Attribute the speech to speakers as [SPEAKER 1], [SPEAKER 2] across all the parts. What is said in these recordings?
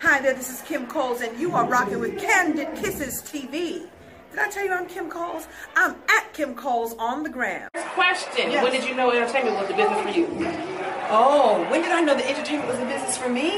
[SPEAKER 1] Hi there, this is Kim Coles, and you are rocking with Candid Kisses TV. Did I tell you I'm Kim Coles? I'm at Kim Coles on the gram.
[SPEAKER 2] Question:
[SPEAKER 1] Yes.
[SPEAKER 2] When did you know entertainment was the business for you?
[SPEAKER 1] Oh, when did I know that entertainment was a business for me?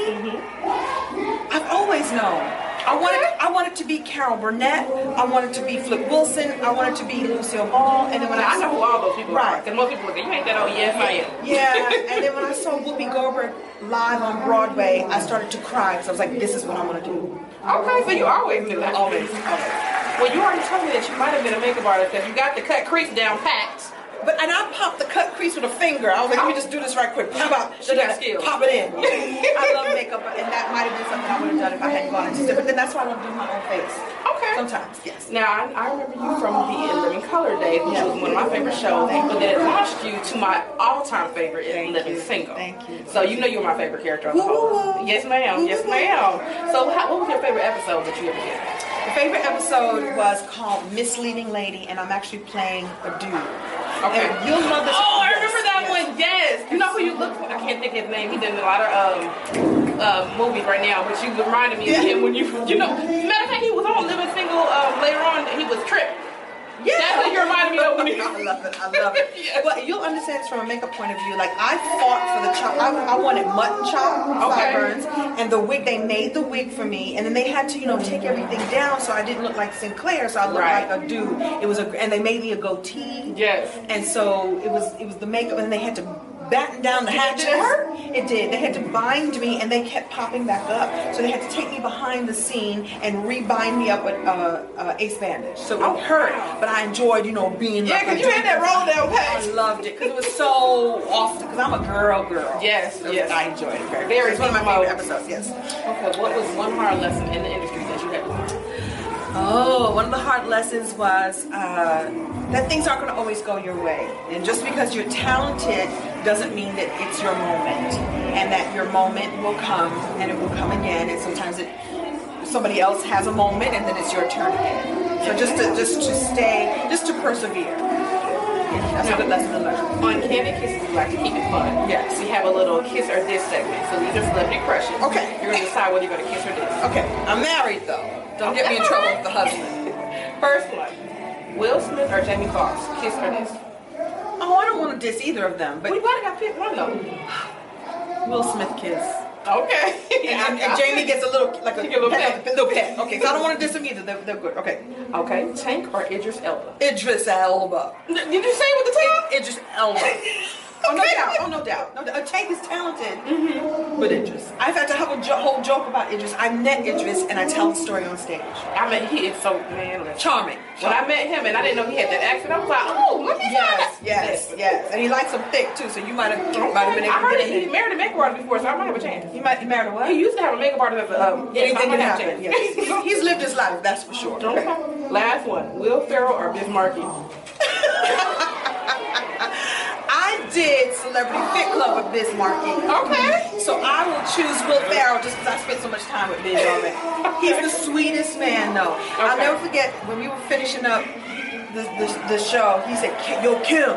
[SPEAKER 1] I've always known. I wanted, I wanted to be Carol Burnett. I wanted to be Flip Wilson. I wanted to be Lucille Ball. And then when
[SPEAKER 2] Now,
[SPEAKER 1] I
[SPEAKER 2] I know who all those people are.
[SPEAKER 1] right,
[SPEAKER 2] Because most people look at you ain't that old. Yes, I am.
[SPEAKER 1] Yeah, and then when I saw Whoopi Goldberg live on Broadway, I started to cry because I was like, this is what I want to do.
[SPEAKER 2] Okay, so you always knew that.
[SPEAKER 1] Always, always.
[SPEAKER 2] Well, you already told me that you might have been a makeup artist because you got the cut crease down packed.
[SPEAKER 1] But and I popped the cut crease with a finger. I was like, let me just do this right quick. Pop out.
[SPEAKER 2] She got skills.
[SPEAKER 1] Pop it in. I love makeup, and that might have been something I would have done if I hadn't gone into it. But then that's why I love doing my own face.
[SPEAKER 2] Okay.
[SPEAKER 1] Sometimes, yes.
[SPEAKER 2] Now I, I remember you from the In Living Color days, which was one of my favorite shows, but then it launched you to my all-time favorite, In Living Single.
[SPEAKER 1] Thank you.
[SPEAKER 2] So you know you're my favorite character on the
[SPEAKER 1] Woo, woo,
[SPEAKER 2] whole.
[SPEAKER 1] woo.
[SPEAKER 2] Yes, ma'am.
[SPEAKER 1] Woo,
[SPEAKER 2] Yes,
[SPEAKER 1] woo, woo.
[SPEAKER 2] ma'am. So how, what was your favorite episode that you ever did?
[SPEAKER 1] The favorite episode was called Misleading Lady, and I'm actually playing a dude.
[SPEAKER 2] Okay.
[SPEAKER 1] And you'll love this.
[SPEAKER 2] Oh, I remember
[SPEAKER 1] Yes,
[SPEAKER 2] that
[SPEAKER 1] yes.
[SPEAKER 2] one. Yes. You know who you look for? I can't think of his name. He's in a lot of um, uh, movies right now, but you reminded me of him when you, you know. Matter of fact, he was on Living Single um, later on. He was tripped.
[SPEAKER 1] Yeah.
[SPEAKER 2] That's what you reminded me of when you.
[SPEAKER 1] I love it. I love it.
[SPEAKER 2] Yes.
[SPEAKER 1] But you'll understand this from a makeup point of view. Like I fought for the chop. I, I wanted mutton chop
[SPEAKER 2] Okay.
[SPEAKER 1] sideburns, and the wig. They made the wig for me, and then they had to, you know, take everything down so I didn't look like Sinclair. So I looked
[SPEAKER 2] Right.
[SPEAKER 1] like a dude. It was a, and they made me a goatee.
[SPEAKER 2] Yes.
[SPEAKER 1] And so it was, it was the makeup, and they had to batten down the hatches.
[SPEAKER 2] Did it hurt?
[SPEAKER 1] It did. They had to bind me, and they kept popping back up. So they had to take me behind the scene and rebind me up with uh, uh, ace bandage. So it
[SPEAKER 2] Oh,
[SPEAKER 1] hurt,
[SPEAKER 2] wow.
[SPEAKER 1] but I enjoyed, you know, being.
[SPEAKER 2] Yeah,
[SPEAKER 1] like a
[SPEAKER 2] 'cause you had that roll down pat.
[SPEAKER 1] I loved it because it was so awesome. Because I'm a girl, girl.
[SPEAKER 2] Yes,
[SPEAKER 1] So
[SPEAKER 2] yes.
[SPEAKER 1] I enjoyed it very.
[SPEAKER 2] Very
[SPEAKER 1] much. It's one of my
[SPEAKER 2] deep
[SPEAKER 1] favorite episodes. Yes.
[SPEAKER 2] Okay, what was one hard lesson in the industry that you had to learn?
[SPEAKER 1] Oh, one of the hard lessons was uh, that things aren't going to always go your way. And just because you're talented doesn't mean that it's your moment. And that your moment will come and it will come again. And sometimes it somebody else has a moment and then it's your turn again. So just to just to stay, just to persevere. That's a good lesson to learn.
[SPEAKER 2] On Candy Kisses, we like to keep it fun.
[SPEAKER 1] Yes.
[SPEAKER 2] We have a little kiss or this segment. So these are celebrity crushes.
[SPEAKER 1] Okay.
[SPEAKER 2] You're going to decide whether you're going to kiss or diss.
[SPEAKER 1] Okay, I'm married though. Don't get me in trouble with the husband.
[SPEAKER 2] First one Will Smith or Jamie Foxx? Kiss or diss?
[SPEAKER 1] Oh, I don't want to diss either of them,
[SPEAKER 2] We
[SPEAKER 1] but
[SPEAKER 2] might have got picked one though.
[SPEAKER 1] Will Smith kiss.
[SPEAKER 2] Okay.
[SPEAKER 1] And, and, and Jamie gets a little like a,
[SPEAKER 2] She get a little
[SPEAKER 1] pet,
[SPEAKER 2] pet.
[SPEAKER 1] little pet. Okay, so I don't want to diss them either. They're, they're good. Okay,
[SPEAKER 2] Okay, Tank or Idris Elba?
[SPEAKER 1] Idris Elba.
[SPEAKER 2] Did you say with the
[SPEAKER 1] Id- Idris Elba. Oh no doubt. Oh no doubt. No, doubt. Tank is talented, but Idris. I've had to have a jo- whole joke about Idris. I met Idris and I tell the story on stage.
[SPEAKER 2] I mean, he is so manly.
[SPEAKER 1] Charming.
[SPEAKER 2] When I met him and I didn't know he had that accent, I was like, oh, let me try
[SPEAKER 1] Yes, yes,
[SPEAKER 2] that.
[SPEAKER 1] yes. And he likes them thick too, so you might have
[SPEAKER 2] Okay.
[SPEAKER 1] might have been able
[SPEAKER 2] I
[SPEAKER 1] to
[SPEAKER 2] heard
[SPEAKER 1] get
[SPEAKER 2] he
[SPEAKER 1] it.
[SPEAKER 2] married a makeup artist before, so I might have a chance.
[SPEAKER 1] He might he married a what?
[SPEAKER 2] He used to have a makeup artist as a, um, yes, I
[SPEAKER 1] Anything
[SPEAKER 2] might
[SPEAKER 1] can
[SPEAKER 2] have a
[SPEAKER 1] happen.
[SPEAKER 2] chance.
[SPEAKER 1] Yes. He's- He's lived his life, that's for sure.
[SPEAKER 2] Okay. Last one, Will Ferrell or Biz Markie?
[SPEAKER 1] I did Celebrity Fit Club with Biz Markie.
[SPEAKER 2] Okay.
[SPEAKER 1] So I will choose Will Ferrell just because I spent so much time with Biz already. He's the sweetest man, though. I'll
[SPEAKER 2] Okay.
[SPEAKER 1] never forget when we were finishing up the, the, the show, he said, "Ki- Yo, Kim,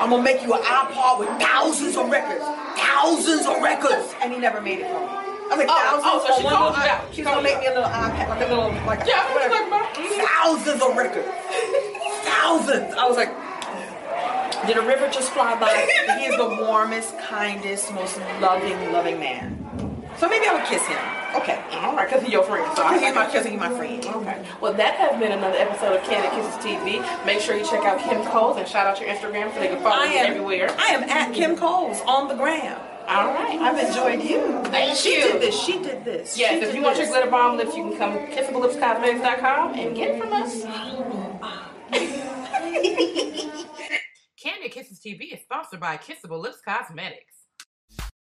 [SPEAKER 1] I'm going to make you an iPod with thousands of records. Thousands of records. And he never made it for me. I was like,
[SPEAKER 2] Oh,
[SPEAKER 1] thousands
[SPEAKER 2] oh, so
[SPEAKER 1] on
[SPEAKER 2] she
[SPEAKER 1] one
[SPEAKER 2] called
[SPEAKER 1] little
[SPEAKER 2] you
[SPEAKER 1] i-
[SPEAKER 2] out. She
[SPEAKER 1] She's
[SPEAKER 2] called
[SPEAKER 1] going to
[SPEAKER 2] you
[SPEAKER 1] make me a little iPad, like a little, like,
[SPEAKER 2] Yeah, what you
[SPEAKER 1] whatever.
[SPEAKER 2] talking about?
[SPEAKER 1] Thousands of records. Thousands. I was like, did a river just fly by? he is the warmest, kindest, most loving, loving man. So maybe I would kiss him. Okay.
[SPEAKER 2] All right, because he's your friend. So I
[SPEAKER 1] He's my cousin, he's my friend.
[SPEAKER 2] Okay. Well, that has been another episode of Candid Kisses TV. Make sure you check out Kim Coles and shout out your Instagram so they can follow
[SPEAKER 1] I
[SPEAKER 2] you
[SPEAKER 1] am
[SPEAKER 2] everywhere.
[SPEAKER 1] I am at Kim Coles on the gram.
[SPEAKER 2] All right.
[SPEAKER 1] I've enjoyed you.
[SPEAKER 2] Thank
[SPEAKER 1] she
[SPEAKER 2] you.
[SPEAKER 1] did this. She did this. she
[SPEAKER 2] Yes, if
[SPEAKER 1] did
[SPEAKER 2] you want your
[SPEAKER 1] this.
[SPEAKER 2] glitter bomb lips, you can come kissablelipscosmetics.com and get it from us. Candid Kisses TV is sponsored by Kissable Lips Cosmetics.